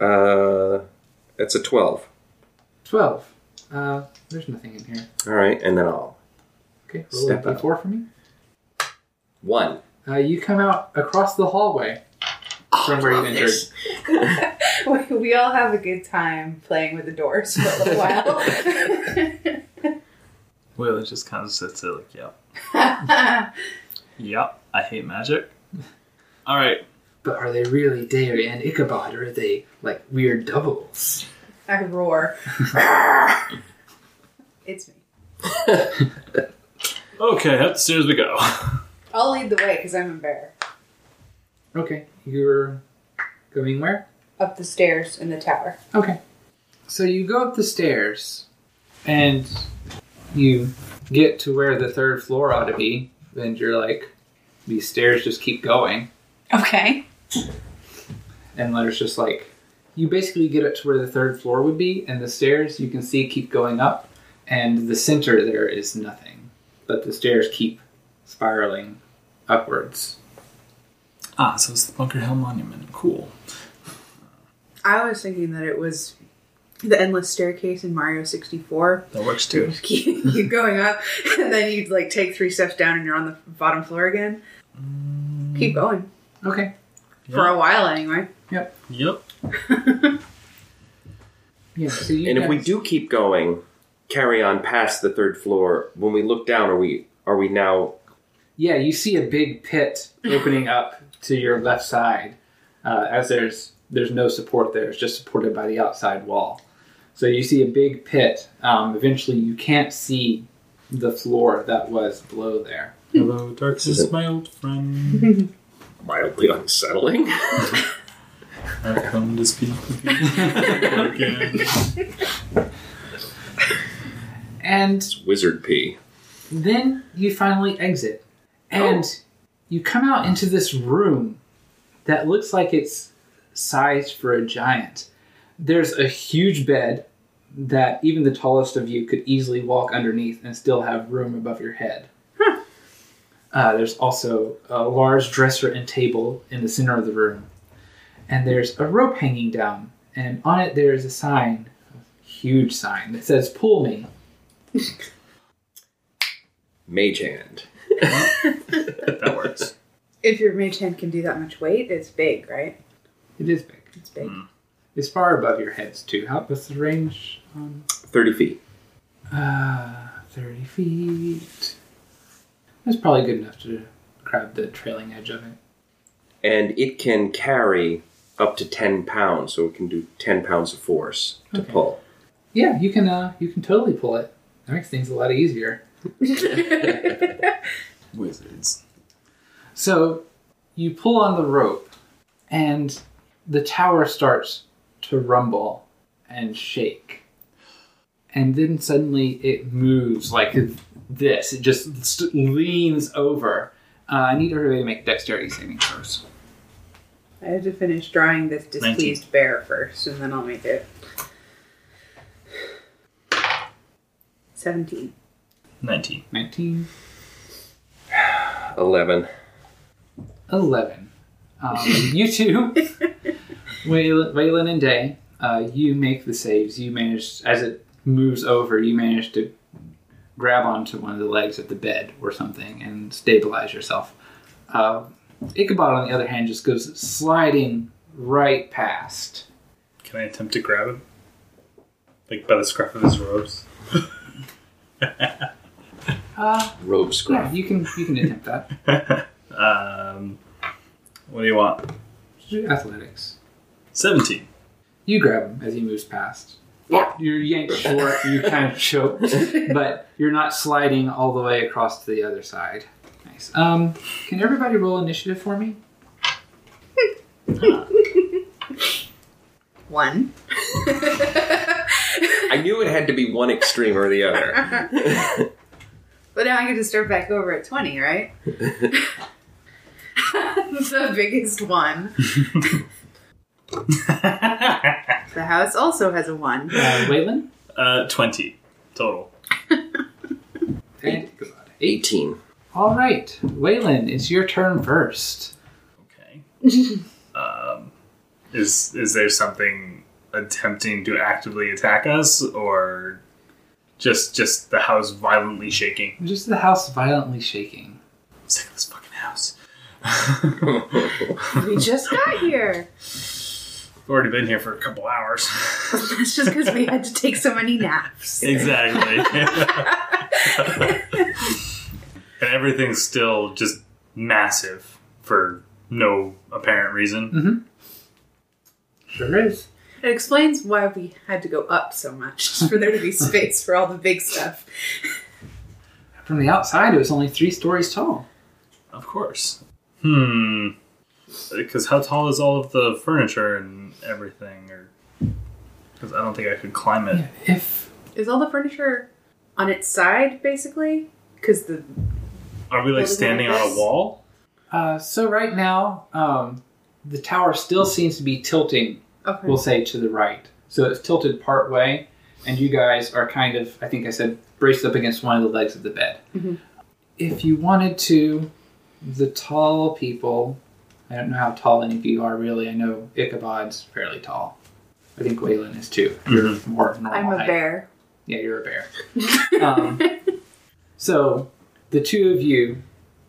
[SPEAKER 3] Uh, it's a twelve.
[SPEAKER 1] Twelve. Uh, there's nothing in here.
[SPEAKER 3] All right, and then I'll
[SPEAKER 1] Okay, roll
[SPEAKER 3] Step
[SPEAKER 1] a d4 for me.
[SPEAKER 3] one.
[SPEAKER 1] Uh, you come out across the hallway from where you entered.
[SPEAKER 5] <laughs> We- We all have a good time playing with the doors for a little while.
[SPEAKER 4] <laughs> Will it just kind of sits there like, yep. Yep, I hate magic. <laughs> All right.
[SPEAKER 1] But are they really Dare and Ichabod, or are they like weird doubles?
[SPEAKER 5] <laughs>
[SPEAKER 1] <laughs>
[SPEAKER 5] I roar. it's me.
[SPEAKER 4] Okay, upstairs we go. <laughs>
[SPEAKER 5] I'll lead the way because I'm a bear.
[SPEAKER 1] Okay, you're going where?
[SPEAKER 5] Up the stairs in the tower.
[SPEAKER 1] Okay. So you go up the stairs and you get to where the third floor ought to be, and you're like, these stairs just keep going.
[SPEAKER 5] Okay.
[SPEAKER 1] And there's just like, you basically get up to where the third floor would be, and the stairs you can see keep going up, and the center there is nothing. But the stairs keep spiraling upwards.
[SPEAKER 4] Ah, so it's the Bunker Hill Monument. Cool.
[SPEAKER 5] I was thinking that it was the endless staircase in Mario 64.
[SPEAKER 4] That works too.
[SPEAKER 5] You just <laughs> keep, keep going up, and then you like take three steps down, and you're on the bottom floor again. Keep going
[SPEAKER 1] Okay.
[SPEAKER 5] for a while, anyway.
[SPEAKER 4] Yep.
[SPEAKER 1] Yeah. So you
[SPEAKER 3] And if we
[SPEAKER 1] guys-
[SPEAKER 3] do keep going, carry on past the third floor. When we look down, are we are we now?
[SPEAKER 1] Yeah, you see a big <laughs> pit opening up to your left side, uh, as there's there's no support there. It's just supported by the outside wall. So you see a big pit. Um, eventually, you can't see the floor that was below there.
[SPEAKER 4] Hello, darkness, my old friend.
[SPEAKER 3] Mildly unsettling. <laughs>
[SPEAKER 4] I've come to speak with <laughs> you again.
[SPEAKER 1] And
[SPEAKER 3] Wizard P.
[SPEAKER 1] then you finally exit, and you come out into this room that looks like it's sized for a giant. There's a huge bed that even the tallest of you could easily walk underneath and still have room above your head. Uh, there's also a large dresser and table in the center of the room, and there's a rope hanging down, and on it there is a sign, a huge sign that says "Pull me."
[SPEAKER 3] Mage Hand.
[SPEAKER 4] That works.
[SPEAKER 5] If your mage hand can do that much weight, it's big, right?
[SPEAKER 1] It is big.
[SPEAKER 5] It's big.
[SPEAKER 1] It's far above your heads too. How what's the range? Um,
[SPEAKER 3] 30 feet.
[SPEAKER 1] uh, thirty feet. That's probably good enough to grab the trailing edge of it.
[SPEAKER 3] And it can carry up to 10 pounds, so it can do 10 pounds of force to
[SPEAKER 1] Okay.
[SPEAKER 3] pull.
[SPEAKER 1] Yeah, you can. Uh, you can totally pull it. That makes things a lot easier.
[SPEAKER 4] Wizards.
[SPEAKER 1] So you pull on the rope, and the tower starts to rumble and shake. And then suddenly it moves like this. It just st- leans over. Uh, I need everybody to make dexterity saving throws.
[SPEAKER 5] I have to finish drawing this displeased bear first, and then I'll make it. 17.
[SPEAKER 4] 19.
[SPEAKER 1] 19,
[SPEAKER 3] 11.
[SPEAKER 1] 11. Um, you two, Waylon, Waylon and Day, uh, you make the saves. You manage, as it moves over, you manage to grab onto one of the legs of the bed or something and stabilize yourself. Uh, Ichabod, on the other hand, just goes sliding right past.
[SPEAKER 4] Can I attempt to grab him? Like by the scruff of his robes? <laughs>
[SPEAKER 1] Uh,
[SPEAKER 3] Robe
[SPEAKER 1] yeah,
[SPEAKER 3] scruff.
[SPEAKER 1] you can you can attempt that.
[SPEAKER 4] um, what do you want?
[SPEAKER 1] Do Athletics.
[SPEAKER 4] 17.
[SPEAKER 1] You grab him as he moves past. You're yanked short. <laughs> You kind of choke, but you're not sliding all the way across to the other side. Nice. Um, can everybody roll initiative for me?
[SPEAKER 2] One.
[SPEAKER 5] <laughs>
[SPEAKER 3] I knew it had to be one extreme or the other.
[SPEAKER 5] But now I get to start back over at 20, right? <laughs> the biggest one. The house also has a one.
[SPEAKER 1] Uh, Waylon.
[SPEAKER 4] <laughs> uh, 20 total.
[SPEAKER 1] And think about it.
[SPEAKER 3] 18.
[SPEAKER 1] All right, Waylon, it's your turn first.
[SPEAKER 5] <laughs>
[SPEAKER 4] Okay. um, is is there something attempting to actively attack us, or just just the house violently shaking?
[SPEAKER 1] Just the house violently shaking.
[SPEAKER 4] I'm sick of this fucking house. <laughs>
[SPEAKER 5] We just got here.
[SPEAKER 4] I've already been here for a couple hours.
[SPEAKER 5] <laughs> That's just because we had to take so many naps.
[SPEAKER 4] exactly.
[SPEAKER 5] <laughs>
[SPEAKER 4] and everything's still just massive for no apparent reason.
[SPEAKER 1] Sure is.
[SPEAKER 5] It explains why we had to go up so much, just for there to be space for all the big stuff.
[SPEAKER 1] From the outside, it was only three stories tall.
[SPEAKER 4] Of course. Hmm. Because how tall is all of the furniture and everything? Or because I don't think I could climb it.
[SPEAKER 1] If
[SPEAKER 5] Is all the furniture on its side, basically? Because the
[SPEAKER 4] Are we like
[SPEAKER 5] Building like
[SPEAKER 4] standing on a
[SPEAKER 5] this?
[SPEAKER 4] wall?
[SPEAKER 1] uh, so, right now, um, the tower still seems to be tilting.
[SPEAKER 5] okay,
[SPEAKER 1] We'll say to the right, so it's tilted part way, and you guys are kind of, I think I said, braced up against one of the legs of the bed.
[SPEAKER 5] Mm-hmm.
[SPEAKER 1] If you wanted to, the tall people. I don't know how tall any of you are really. I know Ichabod's fairly tall. I think Waylon is too. You're
[SPEAKER 4] Mm-hmm.
[SPEAKER 1] more of normal
[SPEAKER 5] I'm a
[SPEAKER 1] height.
[SPEAKER 5] bear.
[SPEAKER 1] Yeah, you're a
[SPEAKER 5] <laughs>
[SPEAKER 1] bear. um, so the two of you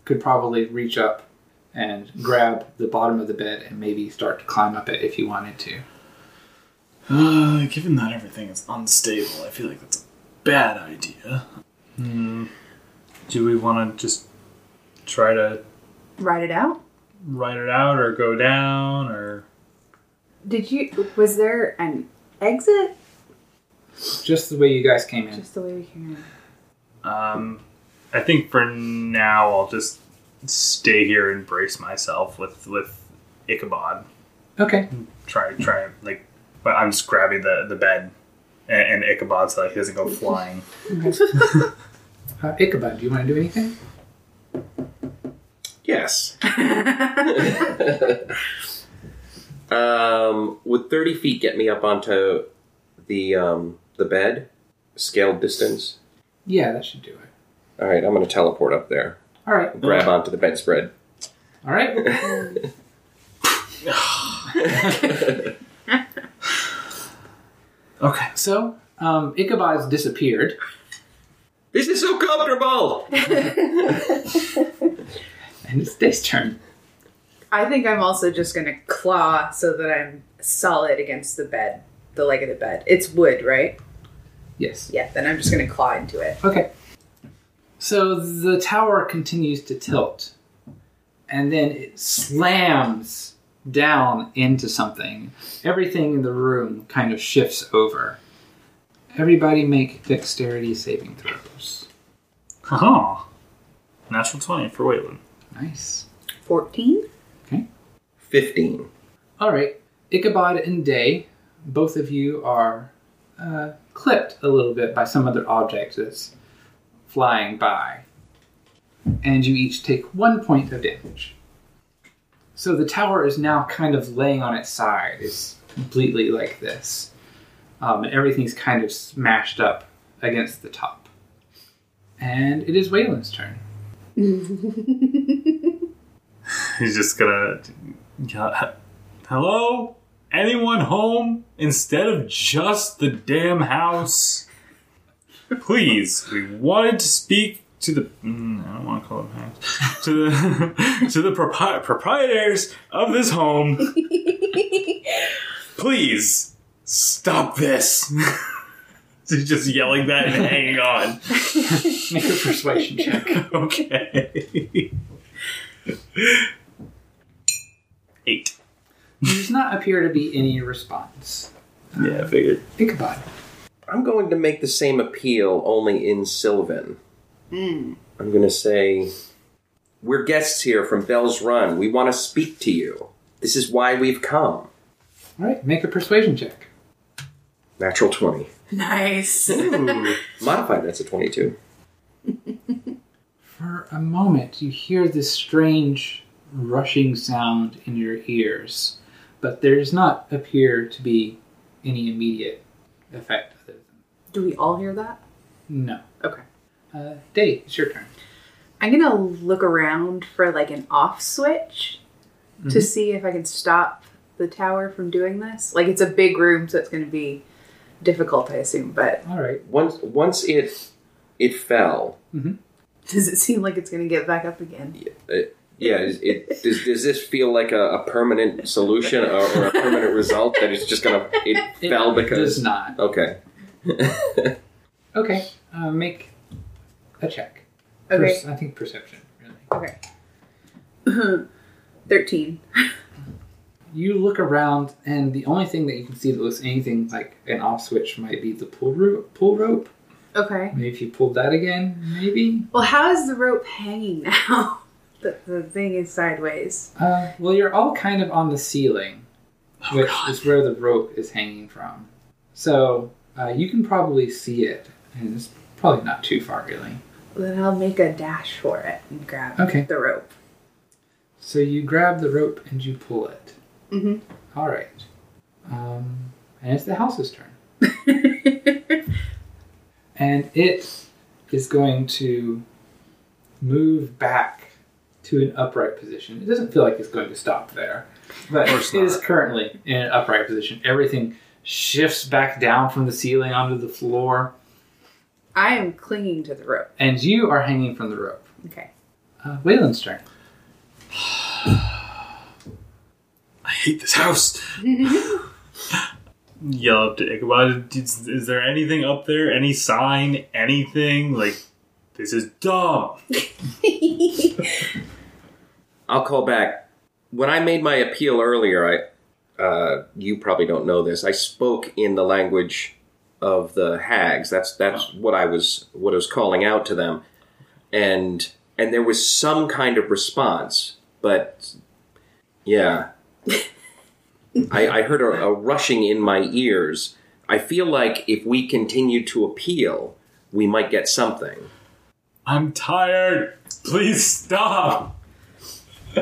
[SPEAKER 1] could probably reach up and grab the bottom of the bed and maybe start to climb up it if you wanted to.
[SPEAKER 4] Uh, given that everything is unstable, I feel like that's a bad idea. Hmm. Do we want to just try to
[SPEAKER 5] Write it out.
[SPEAKER 4] ride it out, or go down, or
[SPEAKER 5] Did you? Was there an exit?
[SPEAKER 1] Just the way you guys came in.
[SPEAKER 5] Just the way we came in.
[SPEAKER 4] Um, I think for now I'll just stay here and brace myself with with Ichabod.
[SPEAKER 1] Okay.
[SPEAKER 4] Try try like, but I'm just grabbing the the bed and, and Ichabod so that he doesn't go flying.
[SPEAKER 1] Uh, Ichabod, do you want to do anything?
[SPEAKER 3] <laughs> Yes. <laughs> um, would 30 feet get me up onto the, um, the bed? Scaled distance?
[SPEAKER 1] Yeah, that should do it.
[SPEAKER 3] All right, I'm going to teleport up there.
[SPEAKER 1] All right.
[SPEAKER 3] Grab onto the bedspread. <laughs>
[SPEAKER 1] All right.
[SPEAKER 4] Okay.
[SPEAKER 1] So um, Ichabod's disappeared.
[SPEAKER 3] This is so comfortable!
[SPEAKER 1] And it's Day's turn.
[SPEAKER 5] I think I'm also just gonna claw so that I'm solid against the bed, the leg of the bed. It's wood, right?
[SPEAKER 1] Yes.
[SPEAKER 5] Yeah. Then I'm just gonna claw into it.
[SPEAKER 1] Okay. So the tower continues to tilt, and then it slams down into something. Everything in the room kind of shifts over. Everybody make dexterity saving throws.
[SPEAKER 4] Haha. Natural twenty for Waylon.
[SPEAKER 1] Nice.
[SPEAKER 5] Fourteen.
[SPEAKER 3] 15.
[SPEAKER 1] All right, Ichabod and Day, both of you are uh, clipped a little bit by some other object that's flying by, and you each take one point of damage. So the tower is now kind of laying on its side. It's completely like this, um, and everything's kind of smashed up against the top. And it is Waylon's turn.
[SPEAKER 4] <laughs> He's just gonna. yeah, Hello, anyone home? Instead of just the damn house, please. We wanted to speak to the. mm, I don't want to call them <laughs> house. To the to the propri- proprietors of this home. Please stop this. <laughs> He's just yelling that and hanging on.
[SPEAKER 1] Make a persuasion check.
[SPEAKER 4] <laughs> Okay. Eight.
[SPEAKER 1] There does not appear to be any response.
[SPEAKER 4] Yeah, I figured.
[SPEAKER 1] Ichabod.
[SPEAKER 3] I'm going to make the same appeal, only in Sylvan. I'm going to say, We're guests here from Bell's Run. We want to speak to you. This is why we've come.
[SPEAKER 1] All right, make a persuasion check.
[SPEAKER 3] Natural 20.
[SPEAKER 5] Nice.
[SPEAKER 3] Modified, that's a 22.
[SPEAKER 1] For a moment, you hear this strange rushing sound in your ears, but there does not appear to be any immediate effect. Other
[SPEAKER 5] <laughs> Do we all hear that?
[SPEAKER 1] than no.
[SPEAKER 5] Okay.
[SPEAKER 1] Uh, Dave, it's your turn.
[SPEAKER 5] I'm gonna look around for like an off switch to see if I can stop the tower from doing this. Like it's a big room, so it's gonna be difficult, I assume. But <laughs>
[SPEAKER 1] All right.
[SPEAKER 3] Once, once it it fell,
[SPEAKER 5] does it seem like it's gonna get back up again?
[SPEAKER 3] it, yeah, is it, does, does this feel like a, a permanent solution or, or a permanent result that it's just going to. It,
[SPEAKER 1] It
[SPEAKER 3] fell because.
[SPEAKER 1] does not.
[SPEAKER 3] Okay. <laughs>
[SPEAKER 1] Okay. Uh, make a check.
[SPEAKER 5] Okay.
[SPEAKER 1] Perce- I think perception. Really.
[SPEAKER 5] Okay. <laughs> Thirteen.
[SPEAKER 1] You look around, and the only thing that you can see that looks anything like an off switch might be the pull rope. Pull rope.
[SPEAKER 5] Okay.
[SPEAKER 1] Maybe if you pulled that again, maybe.
[SPEAKER 5] Well, how is the rope hanging <laughs> now? the, the thing is sideways.
[SPEAKER 1] Uh, well, you're all kind of on the ceiling, which is where the rope is hanging from. So uh, you can probably see it, and it's probably not too far, really.
[SPEAKER 5] Then I'll make a dash for it and grab
[SPEAKER 1] Okay.
[SPEAKER 5] the rope. <laughs>
[SPEAKER 1] So you grab the rope and you pull it.
[SPEAKER 5] Mhm.
[SPEAKER 1] All right. Um, and it's the house's turn. and it is going to move back to an upright position. It doesn't feel like it's going to stop there, but
[SPEAKER 4] course
[SPEAKER 1] it is
[SPEAKER 4] not.
[SPEAKER 1] currently in an upright position. Everything shifts back down from the ceiling onto the floor,
[SPEAKER 5] I am clinging to the rope.
[SPEAKER 1] and you are hanging from the rope.
[SPEAKER 5] Okay.
[SPEAKER 1] Uh, Wayland's turn.
[SPEAKER 4] I hate this <laughs> house. Yell up to Ichabod. Is, is there anything up there? Any sign? Anything? Like, this is dumb.
[SPEAKER 3] I'll call back. When I made my appeal earlier, I uh, you probably don't know this. I spoke in the language of the hags. That's that's what I was what I was calling out to them, and and there was some kind of response, but yeah, I, I heard a, a rushing in my ears. I feel like if we continue to appeal, we might get something.
[SPEAKER 4] I'm tired. Please stop. <laughs>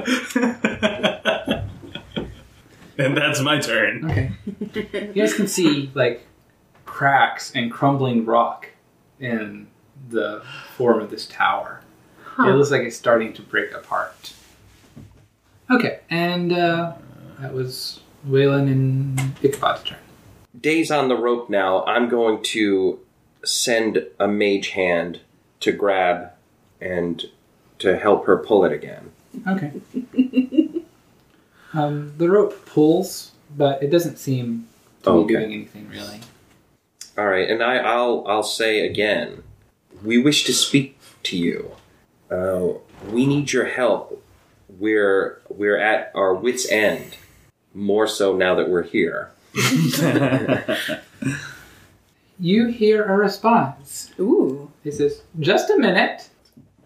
[SPEAKER 4] and that's my
[SPEAKER 1] <laughs>
[SPEAKER 4] turn. <laughs>
[SPEAKER 1] Okay. you guys can see like cracks and crumbling rock in the form of this tower. It looks like it's starting to break apart. Okay, and uh, that was Waylon and Ichabod's turn.
[SPEAKER 3] days on the rope now, I'm going to send a mage hand to grab and to help her pull it again.
[SPEAKER 1] Okay. um, the rope pulls, but it doesn't seem to
[SPEAKER 3] Okay.
[SPEAKER 1] be doing anything really.
[SPEAKER 3] All right, and I, I'll I'll say again, we wish to speak to you. Uh, we need your help. We're we're at our wits' end. More so now that we're here.
[SPEAKER 1] You hear a response.
[SPEAKER 5] <laughs> Ooh.
[SPEAKER 1] It says, "Just a minute."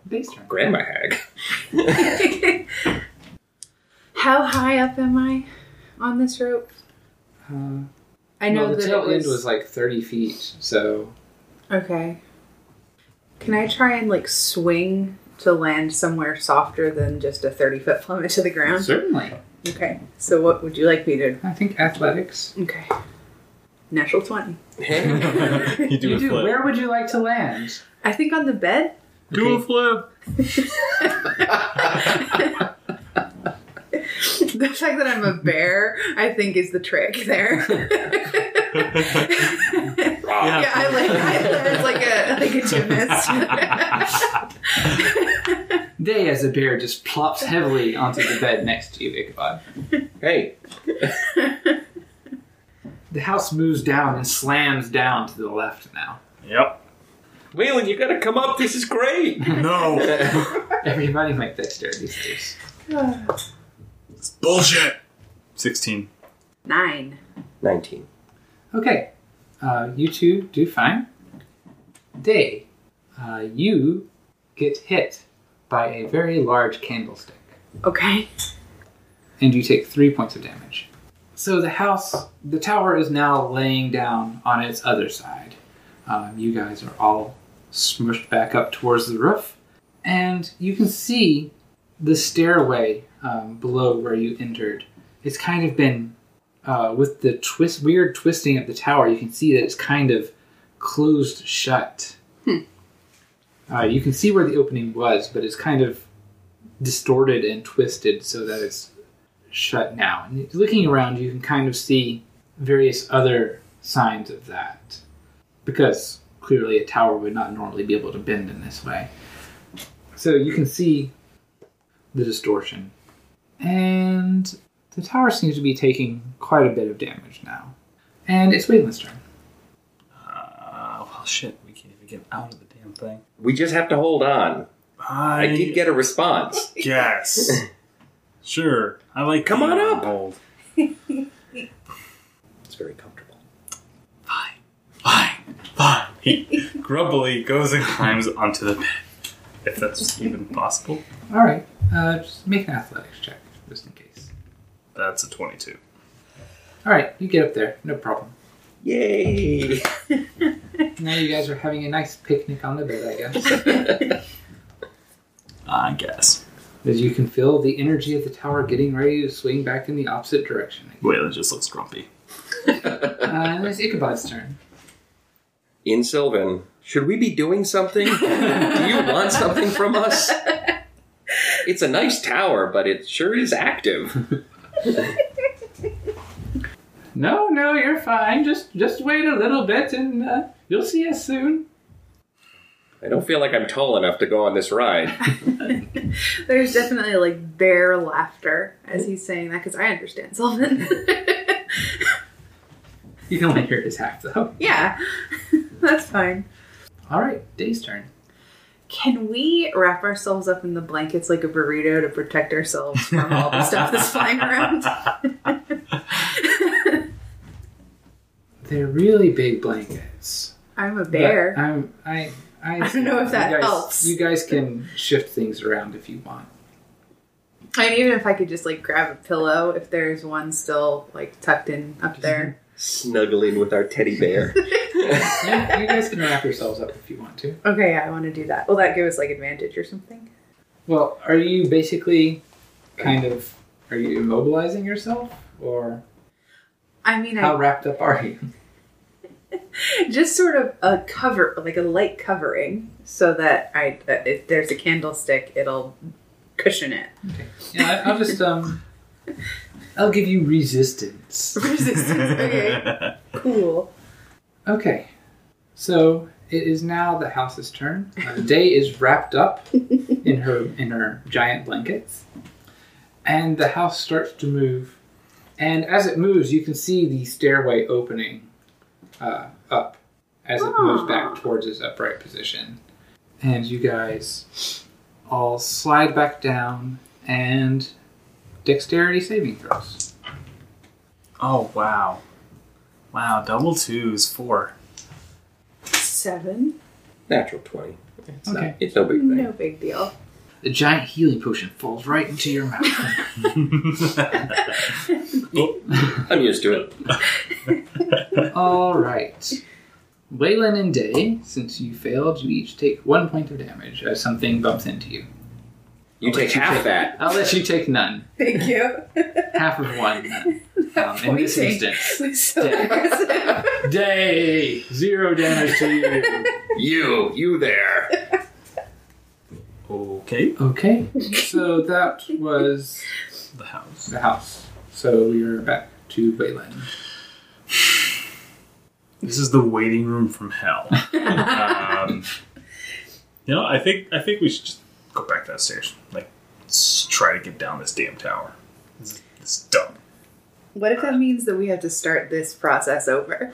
[SPEAKER 1] Base turn.
[SPEAKER 3] Grandma hag.
[SPEAKER 5] How high up am I on this rope?
[SPEAKER 1] Uh,
[SPEAKER 5] I know
[SPEAKER 1] well, the
[SPEAKER 5] that
[SPEAKER 1] tail
[SPEAKER 5] it was,
[SPEAKER 1] end was like 30 feet, so
[SPEAKER 5] okay. Can I try and like swing to land somewhere softer than just a thirty foot plummet to the ground?
[SPEAKER 1] certainly.
[SPEAKER 5] Okay. So what would you like me to?
[SPEAKER 1] I think athletics.
[SPEAKER 5] Okay. Natural twenty.
[SPEAKER 4] you do
[SPEAKER 1] You
[SPEAKER 4] a
[SPEAKER 1] do.
[SPEAKER 4] flip.
[SPEAKER 1] Where would you like to land?
[SPEAKER 5] I think on the bed. <laughs>
[SPEAKER 4] Do a
[SPEAKER 1] Okay.
[SPEAKER 4] flip.
[SPEAKER 5] The fact that I'm a bear, I think, is the trick there. <laughs>
[SPEAKER 1] <laughs>
[SPEAKER 4] Yeah.
[SPEAKER 5] Yeah, I like I learned like a like a gymnast.
[SPEAKER 1] Day as a bear just plops heavily onto the bed next to you, Ichabod.
[SPEAKER 3] Hey,
[SPEAKER 1] The house moves down and slams down to the left now.
[SPEAKER 4] Yep.
[SPEAKER 3] Waylon, you gotta come up. This is great.
[SPEAKER 4] No.
[SPEAKER 1] Everybody make dexterity saves.
[SPEAKER 4] it's bullshit. 16.
[SPEAKER 5] <laughs> Nine.
[SPEAKER 3] Nineteen.
[SPEAKER 1] Okay, uh, you two do fine. Day, uh, you get hit by a very large candlestick,
[SPEAKER 5] Okay. <laughs>
[SPEAKER 1] and you take three points of damage. So the house, the tower is now laying down on its other side. Um, you guys are all smushed back up towards the roof, and you can see the stairway um, below where you entered. It's kind of been uh, with the twist, weird twisting of the tower, you can see that it's kind of closed shut. Uh, you can see where the opening was, but it's kind of distorted and twisted so that it's shut now. And looking around, you can kind of see various other signs of that, because clearly a tower would not normally be able to bend in this way. So you can see the distortion. And the tower seems to be taking quite a bit of damage now. And it's Wayland's turn.
[SPEAKER 4] Uh, well, shit. We can't even get out of the damn thing.
[SPEAKER 3] We just have to hold on.
[SPEAKER 4] I,
[SPEAKER 3] I did get a response.
[SPEAKER 4] guess. <laughs> sure. I like
[SPEAKER 3] Come on
[SPEAKER 4] being
[SPEAKER 3] up.
[SPEAKER 4] bold.
[SPEAKER 3] It's very comfortable.
[SPEAKER 4] Fine. Fine. He grumpily goes and climbs onto the bed. If that's even possible.
[SPEAKER 1] All right, uh, just make an athletics check just in case.
[SPEAKER 4] That's a 22.
[SPEAKER 1] All right, you get up there, no problem.
[SPEAKER 3] <laughs> Yay!
[SPEAKER 1] Now you guys are having a nice picnic on the bed, I guess.
[SPEAKER 4] I guess.
[SPEAKER 1] As you can feel the energy of the tower getting ready to swing back in the opposite direction.
[SPEAKER 4] Waylon just looks grumpy.
[SPEAKER 1] <laughs> Uh, and it's Ichabod's turn.
[SPEAKER 3] In Sylvan, should we be doing something? Do you want something from us? It's a nice tower, but it sure is active.
[SPEAKER 1] No, no, you're fine. Just, just wait a little bit, and uh, you'll see us soon.
[SPEAKER 3] I don't feel like I'm tall enough to go on this ride.
[SPEAKER 5] There's definitely like bear laughter as he's saying that because I understand Sylvan.
[SPEAKER 1] You can only hear his half though.
[SPEAKER 5] <laughs> yeah, <laughs> that's fine.
[SPEAKER 1] Oh, All right, Day's turn.
[SPEAKER 5] Can we wrap ourselves up in the blankets like a burrito to protect ourselves from all the stuff that's
[SPEAKER 4] <laughs>
[SPEAKER 5] flying around? <laughs>
[SPEAKER 1] They're really big blankets.
[SPEAKER 5] I'm a
[SPEAKER 1] But
[SPEAKER 5] bear.
[SPEAKER 1] I'm, I, I,
[SPEAKER 5] I don't know if that
[SPEAKER 1] you guys,
[SPEAKER 5] helps.
[SPEAKER 1] You guys can shift things around if you want.
[SPEAKER 5] And even if I could just like grab a pillow, if there's one still like tucked in up there.
[SPEAKER 3] Snuggling with our teddy bear.
[SPEAKER 1] <laughs> Yeah, you guys can wrap yourselves up if you want to.
[SPEAKER 5] <laughs> Okay, yeah, I want to do that. Will that give us like advantage or something?
[SPEAKER 1] Well, are you basically kind of are you immobilizing yourself, or
[SPEAKER 5] I mean,
[SPEAKER 1] how
[SPEAKER 5] I
[SPEAKER 1] wrapped up are you?
[SPEAKER 5] just sort of a cover, like a light covering, so that I that if there's a candlestick, it'll
[SPEAKER 1] <laughs>
[SPEAKER 5] cushion it. <laughs>
[SPEAKER 1] Yeah, I, I'll just um, I'll give you resistance.
[SPEAKER 5] Resistance. Okay, cool.
[SPEAKER 1] Okay, so it is now the house's turn. Uh, Day is wrapped up in her in her giant blankets, and the house starts to move. And as it moves, you can see the stairway opening uh, up as it
[SPEAKER 3] Ah.
[SPEAKER 1] moves back towards its upright position. And you guys all slide back down and dexterity saving throws.
[SPEAKER 4] Oh, wow. Wow, double twos, four.
[SPEAKER 5] Seven.
[SPEAKER 3] Natural 20. It's,
[SPEAKER 1] Okay.
[SPEAKER 3] not, it's no big thing.
[SPEAKER 5] No big deal.
[SPEAKER 1] The giant healing potion falls right into your mouth. <laughs>
[SPEAKER 3] I'm used to it.
[SPEAKER 1] All right. Waylon and Day, since you failed, you each take one point of damage as something bumps into you.
[SPEAKER 3] You <laughs> take half that.
[SPEAKER 1] I'll let you take none.
[SPEAKER 5] Thank you. <laughs>
[SPEAKER 1] Half of one. none. Um, in Um, this
[SPEAKER 5] Pointing
[SPEAKER 1] instance,
[SPEAKER 5] was so
[SPEAKER 1] Yeah. <laughs>
[SPEAKER 5] aggressive.
[SPEAKER 1] Day zero damage to you.
[SPEAKER 3] You, you there.
[SPEAKER 4] Okay.
[SPEAKER 1] Okay, so that was
[SPEAKER 4] The house.
[SPEAKER 1] the house. So we are back to Waylon.
[SPEAKER 4] This is the waiting room from hell. um, you know, I think I think we should just go back to that station. Like, s try to get down this damn tower. This is, this is dumb.
[SPEAKER 5] What if that means that we have to start this process over?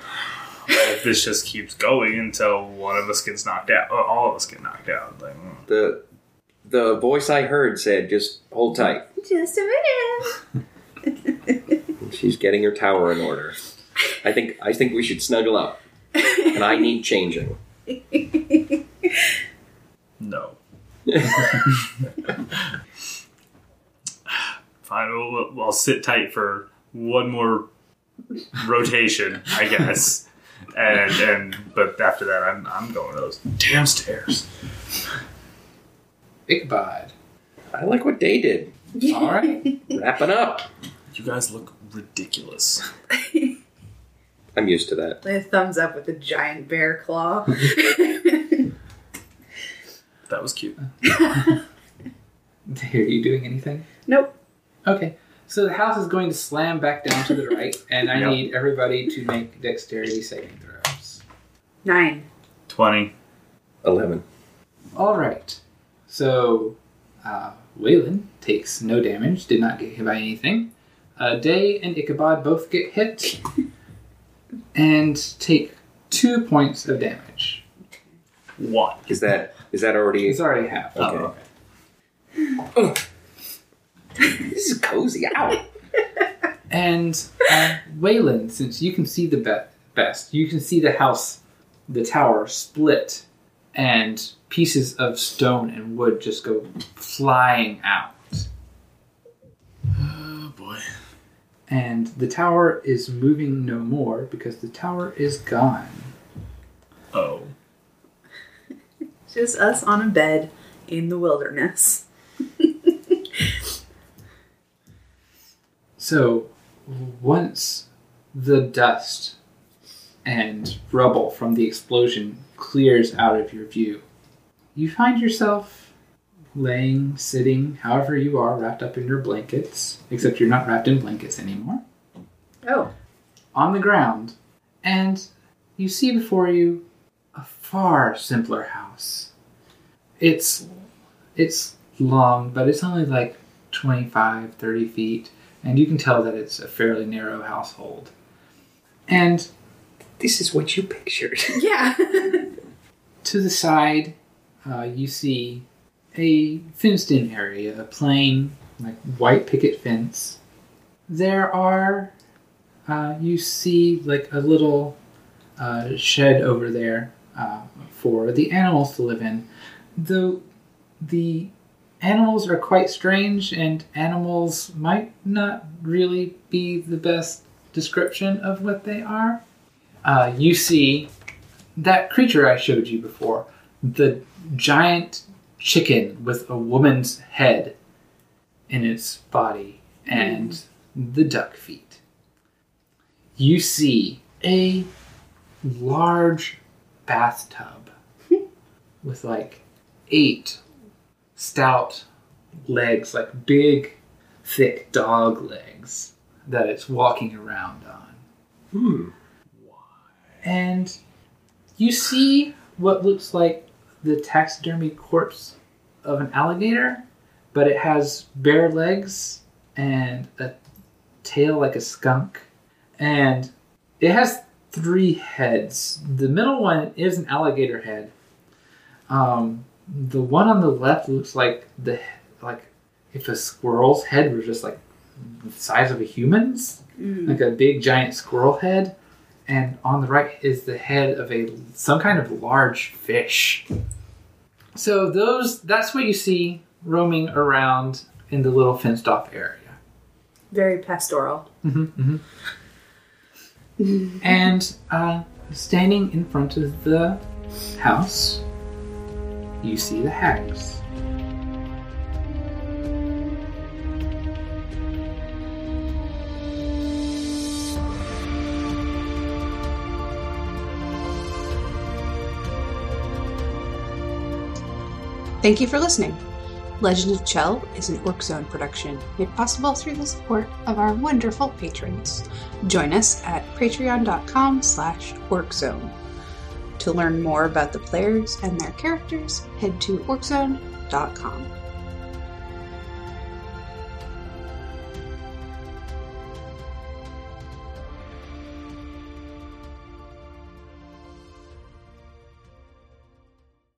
[SPEAKER 4] If this just keeps going until one of us gets knocked out, or all of us get knocked out, like, mm.
[SPEAKER 3] The the voice I heard said, "Just hold tight."
[SPEAKER 5] Just a minute.
[SPEAKER 3] She's getting her tower in order. I think I think we should snuggle up, and I need changing.
[SPEAKER 4] no. <laughs> Fine, we'll, we'll- I'll sit tight for one more rotation, I guess. And, and but after that, I'm, I'm going to those damn stairs.
[SPEAKER 1] Ichabod.
[SPEAKER 3] I like what they did.
[SPEAKER 1] All right.
[SPEAKER 3] Wrapping up.
[SPEAKER 4] You guys look ridiculous.
[SPEAKER 3] I'm used to that.
[SPEAKER 5] A thumbs up with a giant bear claw. <laughs>
[SPEAKER 4] That was cute.
[SPEAKER 1] Are you doing anything?
[SPEAKER 5] nope.
[SPEAKER 1] Okay. So the house is going to slam back down to the right, and I
[SPEAKER 4] Yep.
[SPEAKER 1] need everybody to make dexterity saving throws.
[SPEAKER 5] Nine.
[SPEAKER 4] 20.
[SPEAKER 3] Eleven.
[SPEAKER 1] All right. So, uh, Waylon takes no damage, did not get hit by anything. Uh, Day and Ichabod both get hit and take two points of damage.
[SPEAKER 4] One.
[SPEAKER 3] Is that is that already?
[SPEAKER 1] It's already half.
[SPEAKER 3] Okay.
[SPEAKER 4] Oh, okay.
[SPEAKER 3] Ugh. this is cozy. Ow.
[SPEAKER 1] And uh, Waylon, since you can see the be- best, you can see the house, the tower split, and pieces of stone and wood just go flying out.
[SPEAKER 4] Oh, boy.
[SPEAKER 1] and the tower is moving no more because the tower is gone.
[SPEAKER 4] Oh.
[SPEAKER 5] Just us on a bed in the wilderness.
[SPEAKER 1] So once the dust and rubble from the explosion clears out of your view, you find yourself laying, sitting, however you are, wrapped up in your blankets, except you're not wrapped in blankets anymore,
[SPEAKER 5] Oh.
[SPEAKER 1] on the ground, and you see before you a far simpler house. It's it's long, but it's only like 25, 30 feet, and you can tell that it's a fairly narrow household. And
[SPEAKER 3] This is what you pictured.
[SPEAKER 5] Yeah. <laughs>
[SPEAKER 1] to the side, uh, you see a fenced in area, a plain, like white picket fence. There are, uh, you see, like a little uh, shed over there uh, for the animals to live in. Though the animals are quite strange, and animals might not really be the best description of what they are. Uh, you see that creature I showed you before, the giant chicken with a woman's head in its body and the duck feet. You see a large bathtub with like eight stout legs, like big, thick dog legs that it's walking around on.
[SPEAKER 3] Hmm.
[SPEAKER 1] And you see what looks like the taxidermy corpse of an alligator, but it has bare legs and a tail like a skunk. And it has three heads. The middle one is an alligator head. Um, the one on the left looks like the like if a squirrel's head were just like the size of a human's,
[SPEAKER 5] Mm.
[SPEAKER 1] like a big giant squirrel head and on the right is the head of a some kind of large fish. So those that's what you see roaming around in the little fenced off area.
[SPEAKER 5] Very pastoral.
[SPEAKER 1] And uh, standing in front of the house, you see the hags.
[SPEAKER 2] Thank you for listening. Legend of Chell is an Orc Zone production, made possible through the support of our wonderful patrons. Join us at patreon.com slash orczone. To learn more about the players and their characters, head to orczone.com.